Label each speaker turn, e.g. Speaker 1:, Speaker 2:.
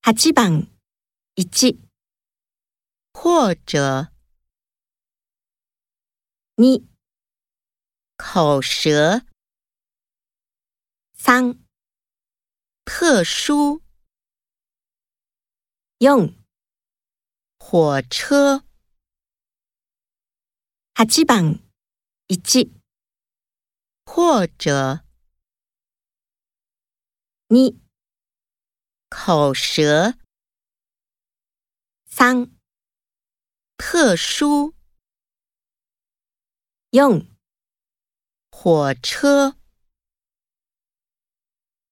Speaker 1: 八番一、
Speaker 2: 或者
Speaker 1: 二、
Speaker 2: 口舌、
Speaker 1: 三、
Speaker 2: 特殊、
Speaker 1: 四、
Speaker 2: 火车、
Speaker 1: 八番一、
Speaker 2: 或者
Speaker 1: 二、
Speaker 2: 口舌、
Speaker 1: 三、
Speaker 2: 特殊、
Speaker 1: 四。
Speaker 2: 火车。